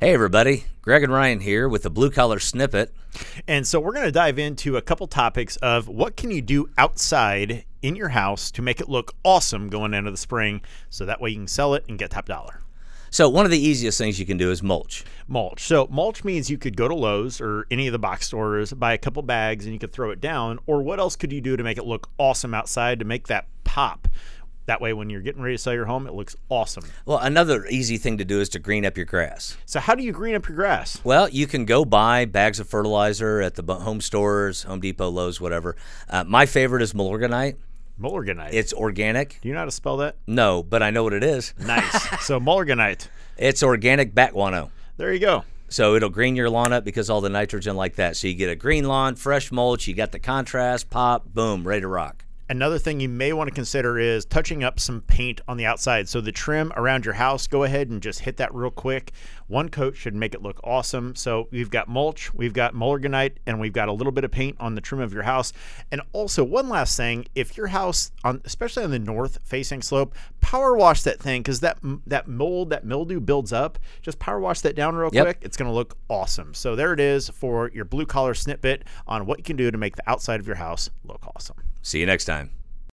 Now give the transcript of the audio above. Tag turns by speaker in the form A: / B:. A: Hey, everybody. Greg and Ryan here with the Blue Collar Snippet.
B: And so we're going to dive into a couple topics of what can you do outside in your house to make it look awesome going into the spring so that way you can sell it and get top dollar.
A: So, one of the easiest things you can do is mulch.
B: Mulch. So mulch means you could go to Lowe's or any of the box stores, buy a couple bags and you could throw it down or what else could you do to make it look awesome outside to make that pop? That way when you're getting ready to sell your home, it looks awesome.
A: Well, another easy thing to do is to green up your grass.
B: So how do you green up your grass?
A: Well, you can go buy bags of fertilizer at the bu- home stores, Home Depot, Lowe's, whatever. Uh, my favorite is Milorganite.
B: Mulliganite.
A: It's organic.
B: do you know how to spell that?
A: No, but I know what it is.
B: Nice. so mulliganite.
A: It's organic backguano.
B: There you go.
A: So it'll green your lawn up because all the nitrogen like that. So you get a green lawn, fresh mulch, you got the contrast, pop, boom, ready to rock.
B: Another thing you may want to consider is touching up some paint on the outside. So the trim around your house, go ahead and just hit that real quick. One coat should make it look awesome. So we've got mulch, we've got mulliganite, and we've got a little bit of paint on the trim of your house. And also one last thing, if your house on especially on the north facing slope, power wash that thing cuz that that mold, that mildew builds up. Just power wash that down real
A: Yep.
B: quick. It's going to look awesome. So there it is for your blue collar snippet on what you can do to make the outside of your house look awesome.
A: See you next time.